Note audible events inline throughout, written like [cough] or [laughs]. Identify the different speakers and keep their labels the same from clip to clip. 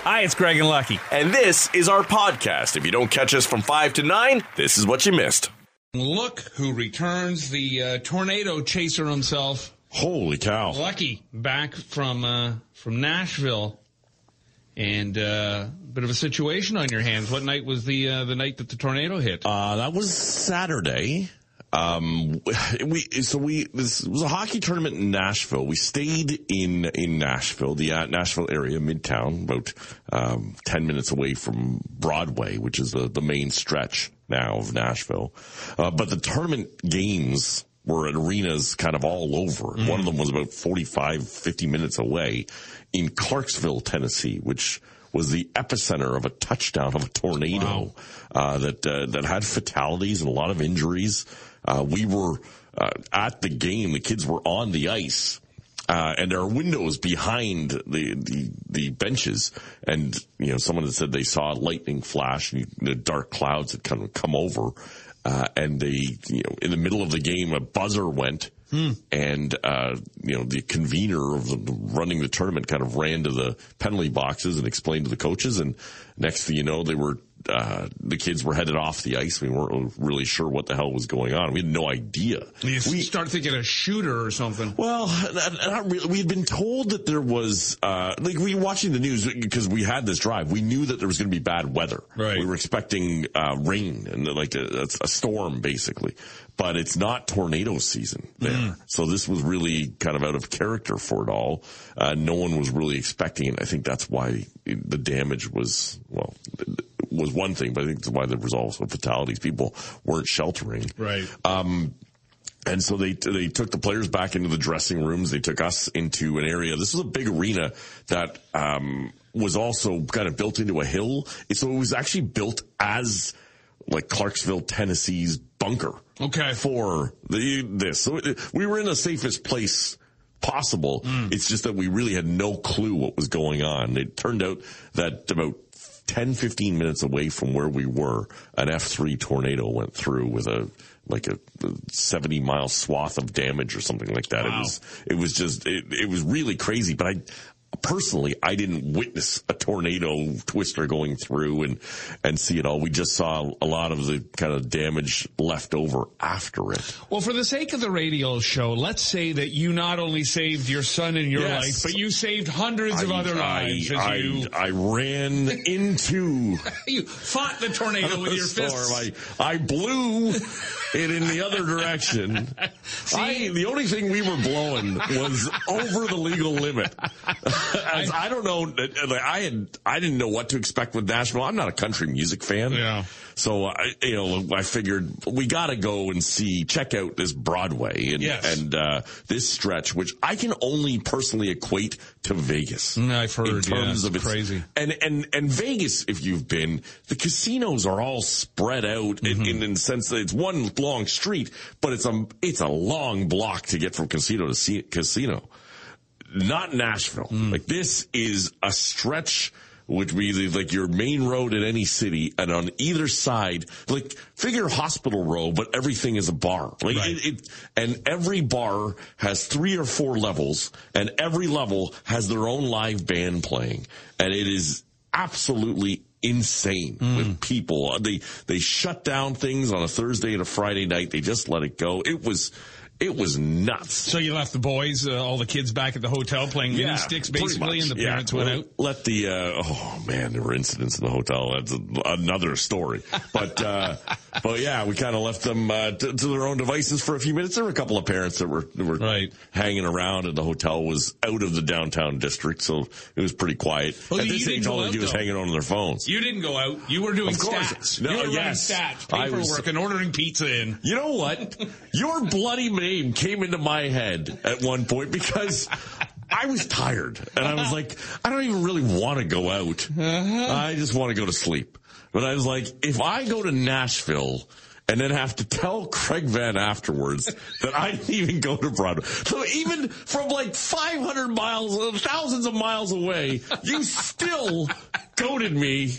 Speaker 1: Hi, it's Greg and Lucky.
Speaker 2: And this is our podcast. If you don't catch us from 5 to 9, this is what you missed.
Speaker 3: Look who returns the uh, tornado chaser himself,
Speaker 4: Holy cow.
Speaker 3: Lucky, back from uh, from Nashville, and uh, bit of a situation on your hands. What night was the uh, the night that the tornado hit?
Speaker 4: Uh, that was Saturday. Um, we, so we, this was a hockey tournament in Nashville. We stayed in, in Nashville, the uh, Nashville area, midtown, about, um, 10 minutes away from Broadway, which is the, the main stretch now of Nashville. Uh, but the tournament games were at arenas kind of all over. One of them was about 45, 50 minutes away in Clarksville, Tennessee, which was the epicenter of a touchdown of a tornado uh, that uh, that had fatalities and a lot of injuries. Uh, we were uh, at the game; the kids were on the ice, uh, and there are windows behind the, the the benches. And you know, someone had said they saw a lightning flash and the dark clouds had kind of come over. Uh, and they, you know, in the middle of the game, a buzzer went, and uh, you know, the convener of the, running the tournament kind of ran to the penalty boxes and explained to the coaches. And next thing you know, they were uh, the kids were headed off the ice. We weren't really sure what the hell was going on. We had no idea.
Speaker 3: You s-
Speaker 4: We-
Speaker 3: start thinking a shooter or something.
Speaker 4: well, not, not really. We had been told that there was, uh, like we were watching the news because we had this drive. We knew that there was going to be bad weather.
Speaker 3: Right.
Speaker 4: We were expecting, uh, rain and like a, a storm basically, but it's not tornado season there. So this was really kind of out of character for it all. Uh, no one was really expecting it. I think that's why the damage was, well, was one thing, but I think that's why there was also fatalities. People weren't sheltering.
Speaker 3: Right.
Speaker 4: And so they they took the players back into the dressing rooms. They took us into an area. This was a big arena that um, was also kind of built into a hill. So it was actually built as like Clarksville, Tennessee's bunker.
Speaker 3: Okay.
Speaker 4: For the this, so it, we were in the safest place possible. It's just that we really had no clue what was going on. It turned out that about 10, 15 minutes away from where we were, an F3 tornado went through with a, like a 70 mile swath of damage or something like that. It was, it was just, it, it was really crazy, but I, Personally, I didn't witness a tornado twister going through and, and see it all. We just saw a lot of the kind of damage left over after it.
Speaker 3: well, for the sake of the radio show, let's say that you not only saved your son and your
Speaker 4: Yes.
Speaker 3: life, but you saved hundreds of other lives as
Speaker 4: I,
Speaker 3: you
Speaker 4: I ran into
Speaker 3: you fought the tornado with
Speaker 4: the [laughs]
Speaker 3: your
Speaker 4: storm.
Speaker 3: fists.
Speaker 4: I, I blew it in the other
Speaker 3: [laughs]
Speaker 4: direction. I, the only thing we were blowing was over the legal limit. [laughs] As I, don't know. like, I had I didn't know what to expect with Nashville. I'm not a country music fan.
Speaker 3: Yeah.
Speaker 4: So I, you know, I figured we got to go and see, check out this Broadway and
Speaker 3: Yes.
Speaker 4: and uh, this stretch, which I can only personally equate to Vegas
Speaker 3: Mm, I've heard.
Speaker 4: in
Speaker 3: yeah,
Speaker 4: terms
Speaker 3: it's
Speaker 4: of its
Speaker 3: crazy.
Speaker 4: and and and Vegas, if you've been, the casinos are all spread out in,
Speaker 3: Mm-hmm.
Speaker 4: in, in the sense that it's one long street, but it's a it's a long block to get from casino to see, casino. Not Nashville. Like this is a stretch. Would be the- like your main road in any city, and on either side, like figure hospital row, but everything is a bar. Like
Speaker 3: Right.
Speaker 4: it, it, and every bar has three or four levels, and every level has their own live band playing, and it is absolutely insane with people. Uh, They they shut down things on a Thursday and a Friday night. They just let it go. It was it was nuts.
Speaker 3: So you left the boys, uh, all the kids back at the hotel playing mini sticks
Speaker 4: pretty
Speaker 3: basically,
Speaker 4: much.
Speaker 3: and the
Speaker 4: Yeah.
Speaker 3: parents went out.
Speaker 4: Let the uh, oh man, there were incidents in the hotel. That's a, another story. But
Speaker 3: [laughs]
Speaker 4: uh, but yeah, we kind of left them uh, to, to their own devices for a few minutes. There were a couple of parents that were that were
Speaker 3: Right.
Speaker 4: hanging around, and the hotel was out of the downtown district, so it was pretty quiet.
Speaker 3: Well,
Speaker 4: At
Speaker 3: Oh, you
Speaker 4: this
Speaker 3: didn't
Speaker 4: age, all
Speaker 3: go
Speaker 4: they
Speaker 3: out,
Speaker 4: do is
Speaker 3: though.
Speaker 4: hanging on their phones.
Speaker 3: You didn't go out. You were doing
Speaker 4: Of course.
Speaker 3: stats.
Speaker 4: No,
Speaker 3: you were
Speaker 4: yes.
Speaker 3: running stats,
Speaker 4: I
Speaker 3: paperwork,
Speaker 4: was-
Speaker 3: and ordering pizza in.
Speaker 4: You know what? Your bloody name came into my head at one point because I was tired and I was like, I don't even really want to go out. I just want to go to sleep. But I was like, if I go to Nashville and then have to tell Craig Van afterwards that I didn't even go to Broadway. So even uh, from like 500 miles, thousands of miles away, you still goaded me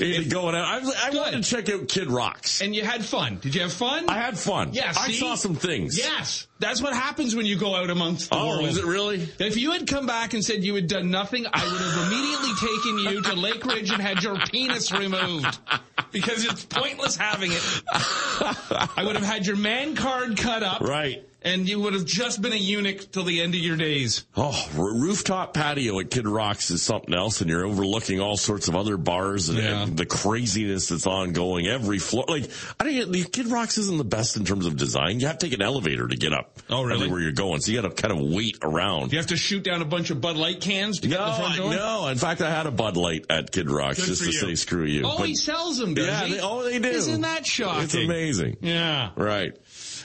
Speaker 4: into going out. I, was, I wanted
Speaker 3: Good.
Speaker 4: to check out Kid Rocks.
Speaker 3: And you had fun. Did you have fun?
Speaker 4: I had fun.
Speaker 3: Yeah,
Speaker 4: I
Speaker 3: see?
Speaker 4: saw some things.
Speaker 3: Yes, that's what happens when you go out amongst the
Speaker 4: Oh,
Speaker 3: world.
Speaker 4: is it really?
Speaker 3: If you had come back and said you had done nothing, I would have immediately taken you to Lake Ridge and had your penis removed because it's pointless having it. I would have had your man card cut up,
Speaker 4: Right.
Speaker 3: And you would have just been a eunuch till the end of your days.
Speaker 4: Oh, r- rooftop patio at Kid Rocks is something else, and you're overlooking all sorts of other bars and,
Speaker 3: Yeah.
Speaker 4: and the craziness that's ongoing every floor. Like, I don't get, Kid Rocks isn't the best in terms of design. You have to take an elevator to get up.
Speaker 3: Oh,
Speaker 4: I think,
Speaker 3: really?
Speaker 4: Where you're going, so you got to kind of wait around.
Speaker 3: You have to shoot down a bunch of Bud Light cans to get
Speaker 4: No,
Speaker 3: in the front
Speaker 4: I-
Speaker 3: door.
Speaker 4: no. In fact, I had a Bud Light at Kid Rocks
Speaker 3: Good
Speaker 4: just
Speaker 3: for
Speaker 4: to
Speaker 3: you.
Speaker 4: say screw you.
Speaker 3: Oh,
Speaker 4: but-
Speaker 3: he sells them, does
Speaker 4: yeah,
Speaker 3: he?
Speaker 4: they, oh, they do.
Speaker 3: Isn't that shocking?
Speaker 4: It's amazing.
Speaker 3: Yeah.
Speaker 4: Right.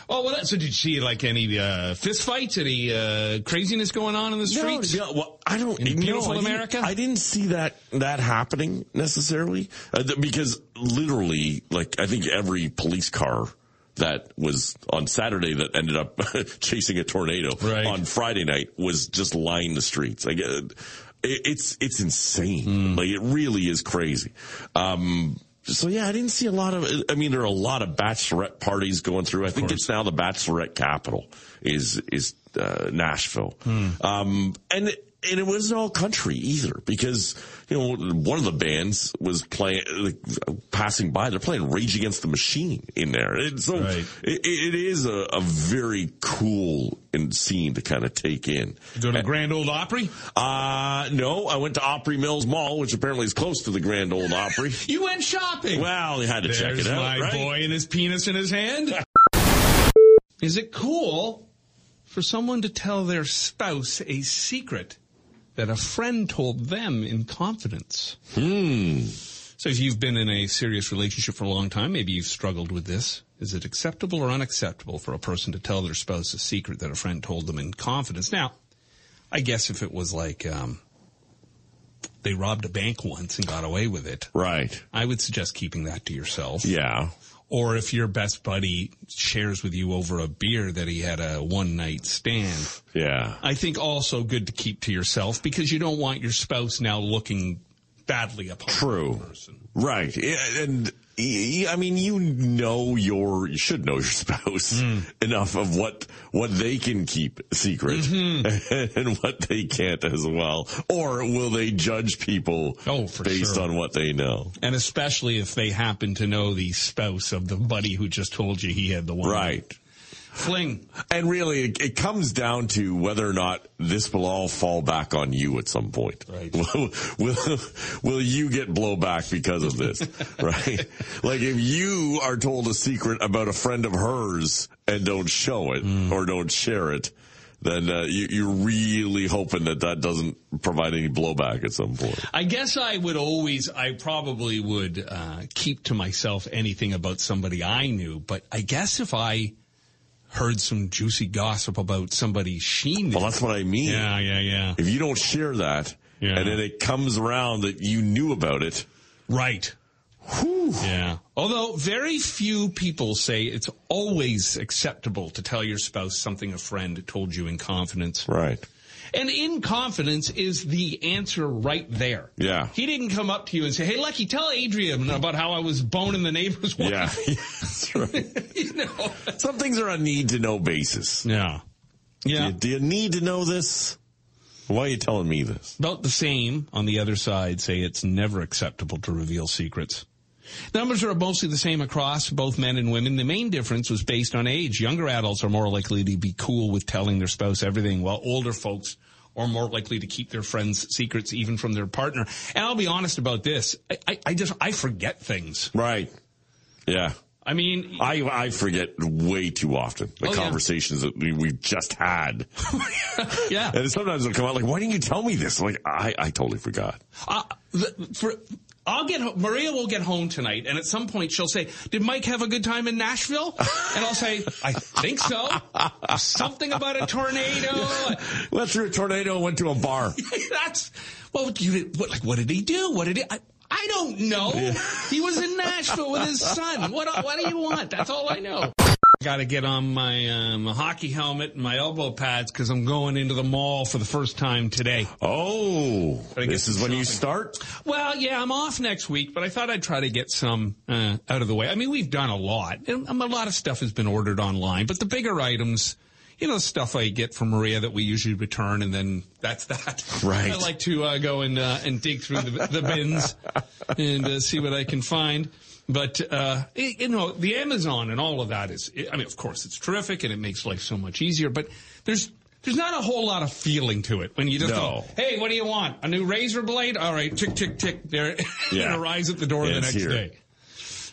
Speaker 3: Oh, well, that- so did you see like any uh, fist fights, any uh, craziness going on in the streets?
Speaker 4: No, yeah, well, I don't.
Speaker 3: In
Speaker 4: no,
Speaker 3: beautiful
Speaker 4: I didn't-
Speaker 3: America?
Speaker 4: I didn't see that that happening necessarily uh, th- because literally, like, I think every police car that was on Saturday that ended up [laughs] chasing a tornado
Speaker 3: Right.
Speaker 4: on Friday night was just lined the streets. Like, uh, it, it's it's insane. Like, it really is crazy. Um, so yeah, I didn't see a lot of. I mean, there are a lot of bachelorette parties going through. I think it's now the bachelorette capital is is uh, Nashville, um, and and it wasn't all country either because you know one of the bands was playing like, passing by. They're playing Rage Against the Machine in there, and so
Speaker 3: Right.
Speaker 4: it, it is a, a very cool and scene to kind of take in.
Speaker 3: Go to Grand Old Opry?
Speaker 4: Uh, no, I went to Opry Mills Mall, which apparently is close to the Grand Old Opry. [laughs]
Speaker 3: You went shopping.
Speaker 4: Well, you had to check
Speaker 3: There's
Speaker 4: it out,
Speaker 3: my
Speaker 4: right?
Speaker 3: boy and his penis in his hand. [laughs] Is it cool for someone to tell their spouse a secret that a friend told them in confidence? Hmm. So if you've been in a serious relationship for a long time, maybe you've struggled with this. Is it acceptable or unacceptable for a person to tell their spouse a secret that a friend told them in confidence? Now, I guess if it was like, um, they robbed a bank once and got away with it.
Speaker 4: Right.
Speaker 3: I would suggest keeping that to yourself.
Speaker 4: Yeah.
Speaker 3: Or if your best buddy shares with you over a beer that he had a one night stand,
Speaker 4: Yeah.
Speaker 3: I think also good to keep to yourself because you don't want your spouse now looking badly upon
Speaker 4: True.
Speaker 3: that person.
Speaker 4: Right. Yeah, And y- y- I mean, you know your, you should know your [laughs] spouse
Speaker 3: Hmm.
Speaker 4: enough of what, what they can keep secret
Speaker 3: Mm-hmm.
Speaker 4: [laughs] and what they can't as well. Or will they judge people
Speaker 3: Oh, for
Speaker 4: based
Speaker 3: sure.
Speaker 4: on what they know?
Speaker 3: And especially if they happen to know the spouse of the buddy who just told you he had the one
Speaker 4: Right.
Speaker 3: fling.
Speaker 4: And really, it, it comes down to whether or not this will all fall back on you at some point. [laughs]
Speaker 3: Right.
Speaker 4: will, will, will you get blowback because of
Speaker 3: [laughs]
Speaker 4: this? right. Like if you are told a secret about a friend of hers and don't show it
Speaker 3: Hmm.
Speaker 4: or don't share it, then uh, you, you're really hoping that that doesn't provide any blowback at some point.
Speaker 3: I guess I would always, I probably would uh, keep to myself anything about somebody I knew, but I guess if I heard some juicy gossip about somebody she knew.
Speaker 4: Well, that's what I mean.
Speaker 3: yeah, yeah, yeah.
Speaker 4: If you don't share that
Speaker 3: Yeah.
Speaker 4: and then it comes around that you knew about it,
Speaker 3: Right.
Speaker 4: whew,
Speaker 3: Yeah. Although very few people say it's always acceptable to tell your spouse something a friend told you in confidence.
Speaker 4: right.
Speaker 3: And in confidence is the answer right there.
Speaker 4: Yeah.
Speaker 3: He didn't come up to you and say, "Hey, Lucky, tell Adrian about how I was boning the neighbor's wife." [laughs]
Speaker 4: Yeah, that's right.
Speaker 3: you know.
Speaker 4: Some things are on need to know basis.
Speaker 3: Yeah. Yeah.
Speaker 4: You- Do you need to know this? Why are you telling me this?
Speaker 3: About the same on the other side say it's never acceptable to reveal secrets. Numbers are mostly the same across both men and women. The main difference was based on age. Younger adults are more likely to be cool with telling their spouse everything, while older folks are more likely to keep their friends' secrets even from their partner. And I'll be honest about this. I, I, I just, I forget things.
Speaker 4: Right. Yeah.
Speaker 3: I mean,
Speaker 4: I, I forget way too often the
Speaker 3: Oh, yeah.
Speaker 4: conversations that we, we've just had.
Speaker 3: [laughs] yeah.
Speaker 4: and sometimes it'll come out like, why didn't you tell me this? Like, I, I totally forgot.
Speaker 3: Uh, the, for, I'll get ho- Maria will get home tonight, and at some point she'll say, "Did Mike have a good time in [laughs] Nashville?" And I'll say, "I think so. Something about a [laughs] tornado."
Speaker 4: Went through a tornado and went to a
Speaker 3: [laughs]
Speaker 4: bar.
Speaker 3: That's well, you did, what, like what did he do? What did he? I, I don't know. He was in Nashville with his son. What what do you want? That's all I know. Got to get on my, uh, my hockey helmet and my elbow pads because I'm going into the mall for the first time today.
Speaker 4: Oh,
Speaker 3: get
Speaker 4: this
Speaker 3: some
Speaker 4: is when you
Speaker 3: shopping.
Speaker 4: start.
Speaker 3: Well, yeah, I'm off next week, but I thought I'd try to get some uh, out of the way. I mean, we've done a lot. And um, a lot of stuff has been ordered online, but the bigger items, you know, stuff I get from Maria that we usually return, and then that's [laughs] that.
Speaker 4: Right.
Speaker 3: I like to uh, go and uh, and dig through the, the bins and uh, see what I can find. But uh, y- you know, the Amazon and all of that is. I mean, of course, it's terrific and it makes life so much easier. But there's there's not a whole lot of feeling to it when you just
Speaker 4: No.
Speaker 3: go, hey, what do you want? A new razor blade? All right, tick, tick, tick. There, [laughs]
Speaker 4: Yeah.
Speaker 3: it arrives at the door
Speaker 4: Yeah,
Speaker 3: the
Speaker 4: it's
Speaker 3: next
Speaker 4: here.
Speaker 3: day.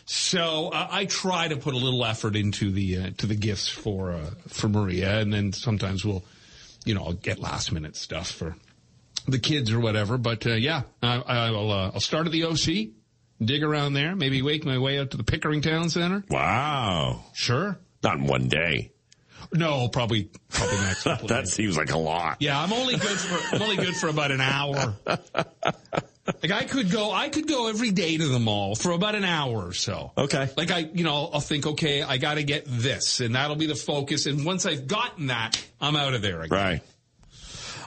Speaker 3: So uh, I try to put a little effort into the uh, to the gifts for uh, for Maria, and then sometimes we'll, you know, I'll get last minute stuff for the kids or whatever. But uh, yeah, I, I'll uh, I'll start at the OC, dig around there, maybe wake my way out to the Pickering Town Center.
Speaker 4: Wow.
Speaker 3: Sure.
Speaker 4: Not in one day.
Speaker 3: No, probably probably
Speaker 4: [laughs]
Speaker 3: next. couple of
Speaker 4: That
Speaker 3: days.
Speaker 4: seems like a lot.
Speaker 3: Yeah, I'm only good for I'm only good for about
Speaker 4: [laughs]
Speaker 3: an hour. Like I could go I could go every day to the mall for about an hour or so.
Speaker 4: Okay.
Speaker 3: Like I you know, I'll think, okay, I gotta get this and that'll be the focus and once I've gotten that, I'm out of there again.
Speaker 4: Right.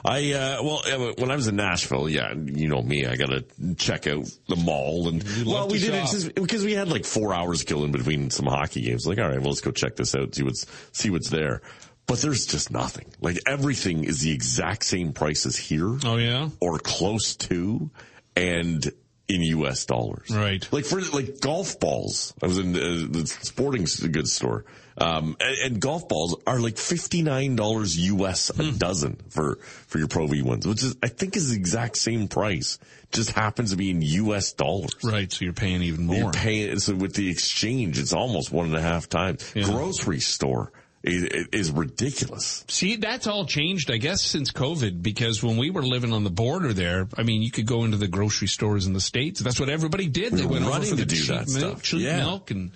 Speaker 4: I uh well uh, when I was in Nashville, yeah, you know me, I gotta check out the mall and well
Speaker 3: love
Speaker 4: we
Speaker 3: to
Speaker 4: did
Speaker 3: shop.
Speaker 4: it just because we had like four hours to kill in between some hockey games. Like, all right, well let's go check this out, see what's see what's there. But there's just nothing. Like everything is the exact same price as here
Speaker 3: Oh yeah?
Speaker 4: or close to and in US dollars.
Speaker 3: Right.
Speaker 4: Like for like golf balls. I was in uh, the sporting s- goods store. Um and, and golf balls are like $59 US a
Speaker 3: Hmm.
Speaker 4: dozen for for your Pro V ones, which is I think is the exact same price. Just happens to be in US dollars.
Speaker 3: Right, so you're paying even more.
Speaker 4: You're paying, so with the exchange, it's almost one and a half times. Grocery store is, is ridiculous.
Speaker 3: See, that's all changed, I guess, since COVID, because when we were living on the border there, I mean, you could go into the grocery stores in the States. That's what everybody did. They
Speaker 4: were
Speaker 3: went over
Speaker 4: running
Speaker 3: for the
Speaker 4: to do
Speaker 3: cheap
Speaker 4: that
Speaker 3: milk,
Speaker 4: stuff.
Speaker 3: cheap
Speaker 4: Yeah.
Speaker 3: milk and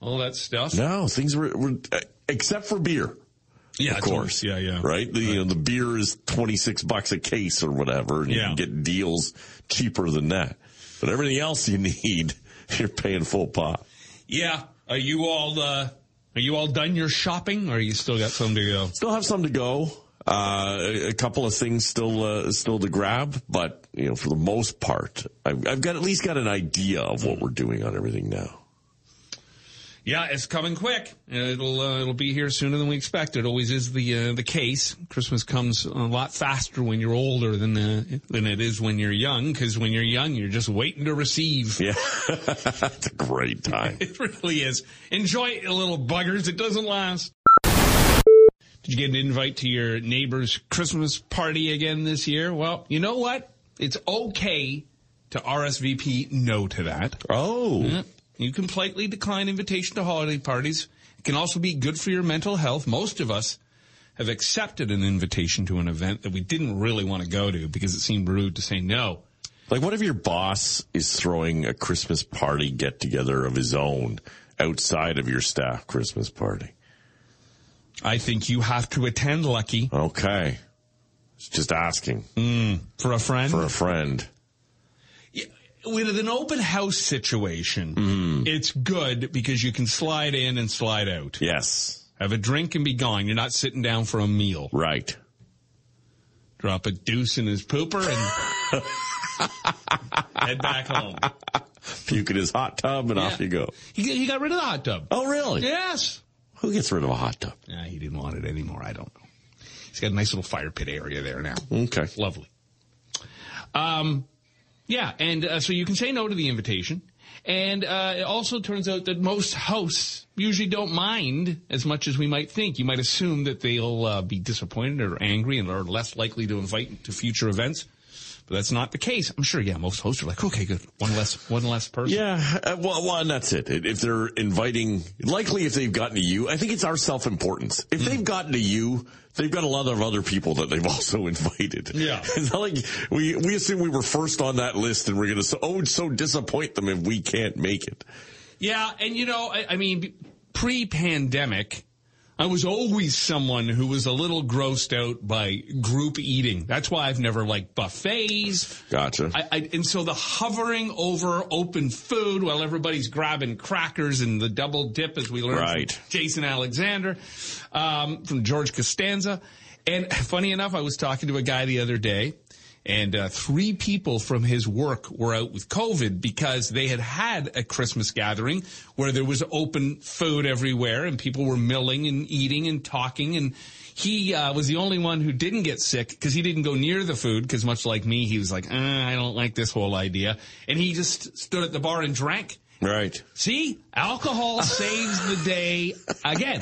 Speaker 3: all that stuff.
Speaker 4: No, things were, were uh, except for beer.
Speaker 3: yeah,
Speaker 4: of course.
Speaker 3: Yeah, yeah.
Speaker 4: Right? The, You know, the beer is 26 bucks a case or whatever, and you
Speaker 3: Yeah.
Speaker 4: can get deals cheaper than that. But everything else you [laughs] need, you're paying full pot.
Speaker 3: Yeah. Are you all uh are you all done your shopping or you still got some to go?
Speaker 4: Still have some to go. Uh, a- a couple of things still, uh, still to grab, but you know, for the most part, I've, I've got at least got an idea of what we're doing on everything now.
Speaker 3: Yeah, it's coming quick. It'll uh, it'll be here sooner than we expect. It always is the uh, the case. Christmas comes a lot faster when you're older than uh, than it is when you're young cuz when you're young you're just waiting to receive. [laughs]
Speaker 4: Yeah. [laughs] it's a great time.
Speaker 3: It really is. Enjoy it, you little buggers. It doesn't last. Did you get an invite to your neighbor's Christmas party again this year? Well, you know what? It's okay to RSVP no to that.
Speaker 4: Oh,
Speaker 3: Mm-hmm. Mm, You can politely decline invitation to holiday parties. It can also be good for your mental health. Most of us have accepted an invitation to an event that we didn't really want to go to because it seemed rude to say no.
Speaker 4: Like, what if your boss is throwing a Christmas party get together of his own outside of your staff Christmas party?
Speaker 3: I think you have to attend Lucky
Speaker 4: Okay. It's Just asking
Speaker 3: for a friend.
Speaker 4: for a friend.
Speaker 3: with an open house situation, it's good because you can slide in and slide out.
Speaker 4: Yes.
Speaker 3: Have a drink and be gone. You're not sitting down for a meal.
Speaker 4: Right. [laughs]
Speaker 3: Drop a deuce in his pooper and head back home.
Speaker 4: Puke in his hot tub and off
Speaker 3: Yeah.
Speaker 4: you go.
Speaker 3: He, got- he got rid of the hot tub.
Speaker 4: Oh, really?
Speaker 3: Yes.
Speaker 4: Who gets rid of a hot tub?
Speaker 3: Nah, he didn't want it anymore. I don't know. He's got a nice little fire pit area there now.
Speaker 4: Okay.
Speaker 3: Lovely. Um, yeah, and uh, so you can say no to the invitation. And uh, it also turns out that most hosts usually don't mind as much as we might think. You might assume that they'll uh, be disappointed or angry and are less likely to invite to future events, but that's not the case. I'm sure. Yeah, most hosts are like, okay, good, one less, one less person.
Speaker 4: Yeah, uh, well, well, and that's it. If they're inviting, likely if they've gotten to you, I think it's our self-importance. If they've gotten to you, they've got a lot of other people that they've [laughs] also invited.
Speaker 3: Yeah.
Speaker 4: it's not like we we assume we were first on that list, and we're gonna so, oh so disappoint them if we can't make it.
Speaker 3: Yeah, and you know, I, I mean, pre-pandemic, I was always someone who was a little grossed out by group eating. That's why I've never liked buffets.
Speaker 4: Gotcha.
Speaker 3: I, I, and so the hovering over open food while everybody's grabbing crackers and the double dip, as we learned
Speaker 4: Right.
Speaker 3: from Jason Alexander, um, from George Costanza. And funny enough, I was talking to a guy the other day, and uh, three people from his work were out with COVID because they had had a Christmas gathering where there was open food everywhere and people were milling and eating and talking. And he uh, was the only one who didn't get sick because he didn't go near the food because much like me, he was like, uh, I don't like this whole idea. And he just stood at the bar and drank.
Speaker 4: right.
Speaker 3: See,
Speaker 4: [laughs]
Speaker 3: alcohol saves the day again.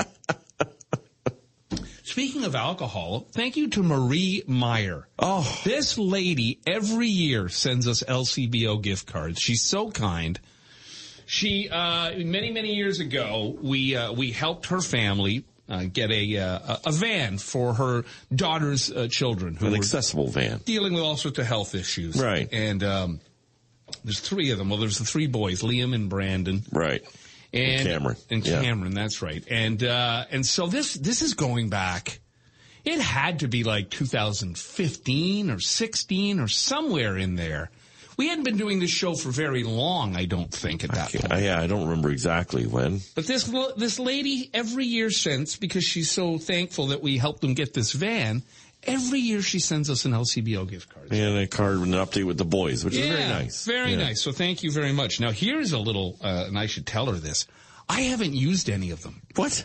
Speaker 3: Speaking of alcohol, thank you to Marie Meyer.
Speaker 4: Oh.
Speaker 3: This lady every year sends us LCBO gift cards. She's so kind. She uh, many many years ago we uh, we helped her family uh, get a uh, a a van for her daughter's uh, children who
Speaker 4: An
Speaker 3: were
Speaker 4: accessible van.
Speaker 3: dealing with all sorts of health issues.
Speaker 4: Right.
Speaker 3: And um, there's three of them. Well, there's the three boys, Liam and Brandon
Speaker 4: Right.
Speaker 3: and
Speaker 4: Cameron.
Speaker 3: and
Speaker 4: Yeah.
Speaker 3: Cameron. That's right. And uh, and so this this is going back. It had to be like 2015 or 16 or somewhere in there. We hadn't been doing this show for very long, I don't think, at that point.
Speaker 4: I, yeah, I don't remember exactly when.
Speaker 3: But this lo- this lady every year since, because she's so thankful that we helped them get this van, every year she sends us an LCBO gift card.
Speaker 4: And a card with an update with the boys, which is very
Speaker 3: Yeah,
Speaker 4: nice.
Speaker 3: Very
Speaker 4: Yeah.
Speaker 3: nice. So thank you very much. Now here's a little, uh, and I should tell her this. I haven't used any of them
Speaker 4: What?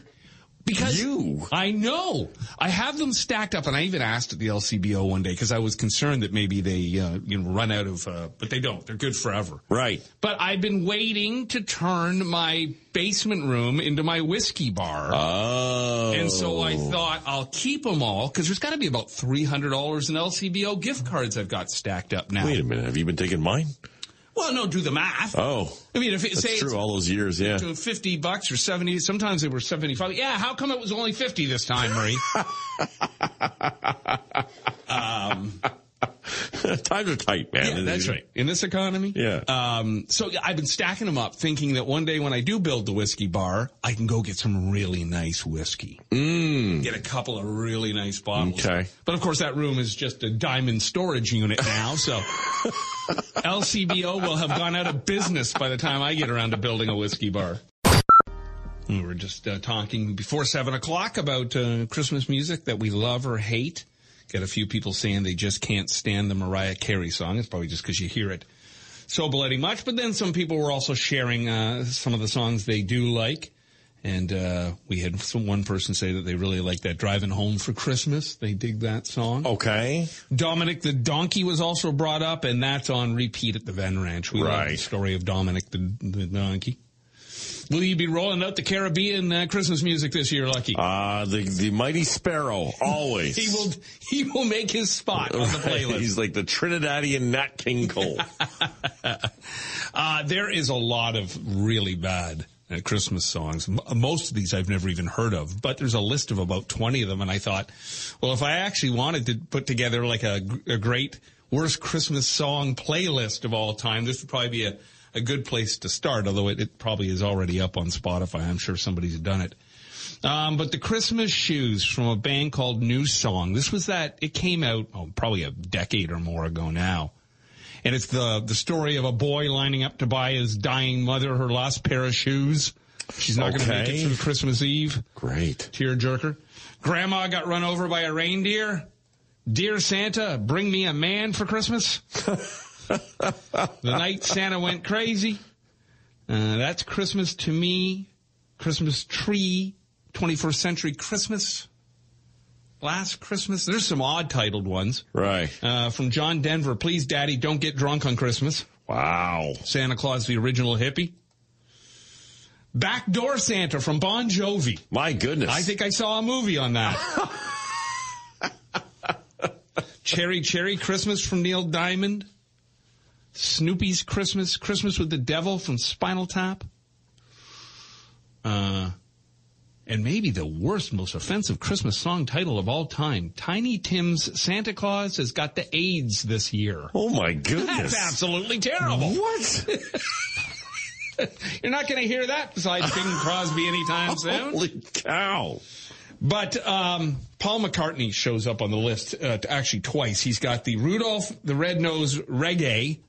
Speaker 3: because
Speaker 4: You?
Speaker 3: I know I have them stacked up, and I even asked at the LCBO one day because I was concerned that maybe they uh, you know run out of, uh, but they don't. They're good forever.
Speaker 4: Right.
Speaker 3: But I've been waiting to turn my basement room into my whiskey bar.
Speaker 4: Oh.
Speaker 3: And so I thought I'll keep them all because there's got to be about three hundred dollars in LCBO gift cards I've got stacked up now.
Speaker 4: Wait a minute. Have you been taking mine?
Speaker 3: Well, no, do the math.
Speaker 4: Oh.
Speaker 3: I mean, if it,
Speaker 4: That's
Speaker 3: say
Speaker 4: true.
Speaker 3: it's
Speaker 4: All those years. Yeah.
Speaker 3: to 50 bucks or 70. Sometimes they were 75. Yeah, how come it was only 50 this
Speaker 4: [laughs]
Speaker 3: time, Marie?
Speaker 4: [laughs] Times are tight, man.
Speaker 3: yeah, that's right. In this economy?
Speaker 4: Yeah.
Speaker 3: Um, so yeah, I've been stacking them up thinking that one day when I do build the whiskey bar, I can go get some really nice whiskey. Mm. Get a couple of really nice bottles.
Speaker 4: Okay.
Speaker 3: But of course that room is just a diamond storage unit now, so LCBO will have gone out of business by the time I get around to building a whiskey bar. We were just uh, talking before seven o'clock about uh, Christmas music that we love or hate. Got a few people saying they just can't stand the Mariah Carey song. It's probably just because you hear it so bloody much. But then some people were also sharing uh, some of the songs they do like. And uh, we had some, one person say that they really like that "Driving Home for Christmas." They dig that song.
Speaker 4: Oh. Okay.
Speaker 3: Dominic the Donkey was also brought up, and that's on repeat at the Ven Ranch. We love the
Speaker 4: Right.
Speaker 3: story of Dominic the, the Donkey. Will you be rolling out the Caribbean uh, Christmas music this year, Lucky?
Speaker 4: Uh, the, the mighty sparrow.
Speaker 3: [laughs]
Speaker 4: Always.
Speaker 3: he
Speaker 4: [laughs]
Speaker 3: will he will make his spot on the playlist.
Speaker 4: He's like the Trinidadian Nat King
Speaker 3: [laughs]
Speaker 4: Cole.
Speaker 3: Uh, there is a lot of really bad uh, Christmas songs. M- uh, most of these I've never even heard of, but there's a list of about 20 of them, and I thought, well, if I actually wanted to put together like a, gr- a great worst Christmas song playlist of all time, this would probably be a, a good place to start, although it, it probably is already up on Spotify. I'm sure somebody's done it. Um, but the Christmas shoes from a band called New Song. This was that it came out oh, probably a decade or more ago now, and it's the the story of a boy lining up to buy his dying mother her last pair of shoes. She's not going to make
Speaker 4: Okay.
Speaker 3: it through Christmas Eve.
Speaker 4: Great.
Speaker 3: Tear jerker. Grandma got run over by a reindeer. Dear Santa, bring me a man for Christmas. the night Santa went crazy. Uh, that's Christmas to me. Christmas tree. 21st century Christmas. Last Christmas. There's some odd titled ones.
Speaker 4: Right.
Speaker 3: Uh, from John Denver. Please, Daddy, don't get drunk on Christmas.
Speaker 4: Wow.
Speaker 3: Santa Claus, the original hippie. Backdoor Santa from Bon Jovi.
Speaker 4: My goodness.
Speaker 3: I think I saw a movie on that. Cherry Cherry Christmas from Neil Diamond. Snoopy's Christmas, Christmas with the Devil from Spinal Tap. Uh, and maybe the worst, most offensive Christmas song title of all time. Tiny Tim's Santa Claus has got the AIDS this year.
Speaker 4: Oh my goodness.
Speaker 3: That's absolutely terrible. [laughs]
Speaker 4: What? Oh,
Speaker 3: You're not going to hear that besides Bing Crosby anytime soon.
Speaker 4: Holy cow.
Speaker 3: But um, Paul McCartney shows up on the list uh, actually twice. He's got the Rudolph the Red Nose Reggae,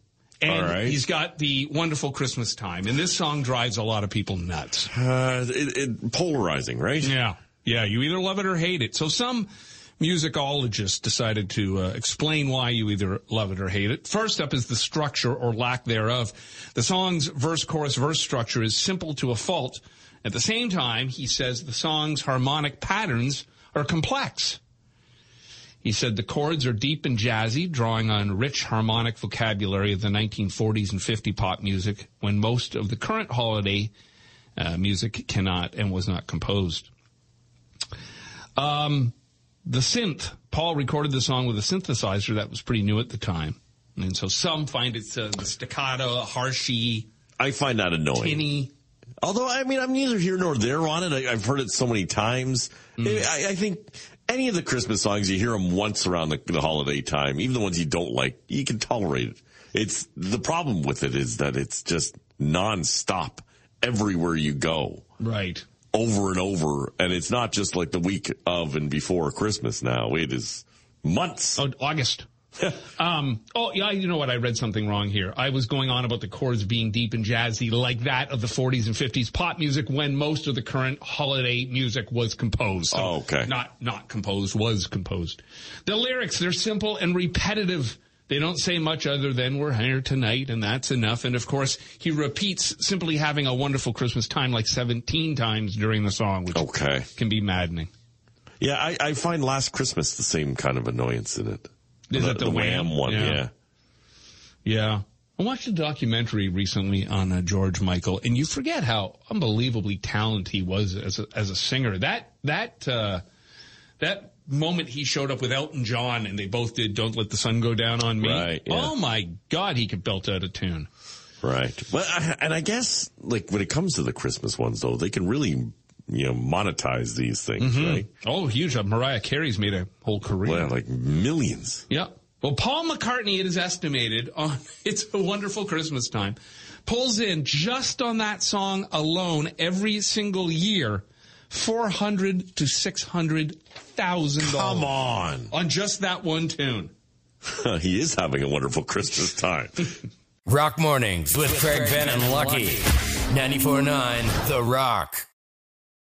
Speaker 3: and
Speaker 4: All right.
Speaker 3: he's got the Wonderful Christmas Time. And this song drives a lot of people nuts.
Speaker 4: Uh, it, it, polarizing, right?
Speaker 3: Yeah. Yeah. You either love it or hate it. So some musicologists decided to uh, explain why you either love it or hate it. First up is the structure or lack thereof. The song's verse, chorus, verse structure is simple to a fault. At the same time, he says the song's harmonic patterns are complex. He said the chords are deep and jazzy, drawing on rich harmonic vocabulary of the 1940s and 50 pop music when most of the current holiday uh, music cannot and was not composed. Um, the synth. Paul recorded the song with a synthesizer that was pretty new at the time. And so some find it's uh, the staccato, harshy,
Speaker 4: I find that annoying.
Speaker 3: tinny.
Speaker 4: Although, I mean, I'm neither here nor there on it. I, I've heard it so many times.
Speaker 3: Mm.
Speaker 4: I, I think any of the Christmas songs, you hear them once around the, the holiday time, even the ones you don't like, you can tolerate it. It's the problem with it is that it's just nonstop everywhere you go
Speaker 3: Right.
Speaker 4: over and over. And it's not just like the week of and before Christmas now. It is months.
Speaker 3: Oh,
Speaker 4: [laughs]
Speaker 3: August. um, oh, yeah, you know what? I read something wrong here. I was going on about the chords being deep and jazzy like that of the 40s and 50s pop music when most of the current holiday music was composed. So
Speaker 4: Oh, okay.
Speaker 3: Not, not composed, was composed. The lyrics, they're simple and repetitive. They don't say much other than we're here tonight and that's enough. And of course, he repeats simply having a wonderful Christmas time like 17 times during the song, which
Speaker 4: Okay.
Speaker 3: can be maddening.
Speaker 4: Yeah, I, I find Last Christmas the same kind of annoyance in it.
Speaker 3: Is it the Wham?
Speaker 4: one?
Speaker 3: Yeah.
Speaker 4: yeah.
Speaker 3: Yeah. I watched a documentary recently on uh, George Michael, and you forget how unbelievably talented he was as a, as a singer. That that uh, that moment he showed up with Elton John, and they both did "Don't Let the Sun Go Down on Me."
Speaker 4: Right, yeah.
Speaker 3: Oh my God, he could belt out a tune.
Speaker 4: Right. Well, I, and I guess like when it comes to the Christmas ones though, they can really, you know, monetize these things, right?
Speaker 3: Oh, huge! Uh, Mariah Carey's made a whole career.
Speaker 4: Well, like millions.
Speaker 3: Yeah. Well, Paul McCartney, it is estimated [laughs] on It's a Wonderful Christmas Time, pulls in just on that song alone every single year, four hundred to six hundred thousand dollars.
Speaker 4: Come on.
Speaker 3: On just that one tune.
Speaker 4: [laughs] he is having a wonderful Christmas [laughs] time.
Speaker 1: Rock Mornings with Craig Ben and Lucky. 94.9 The Rock.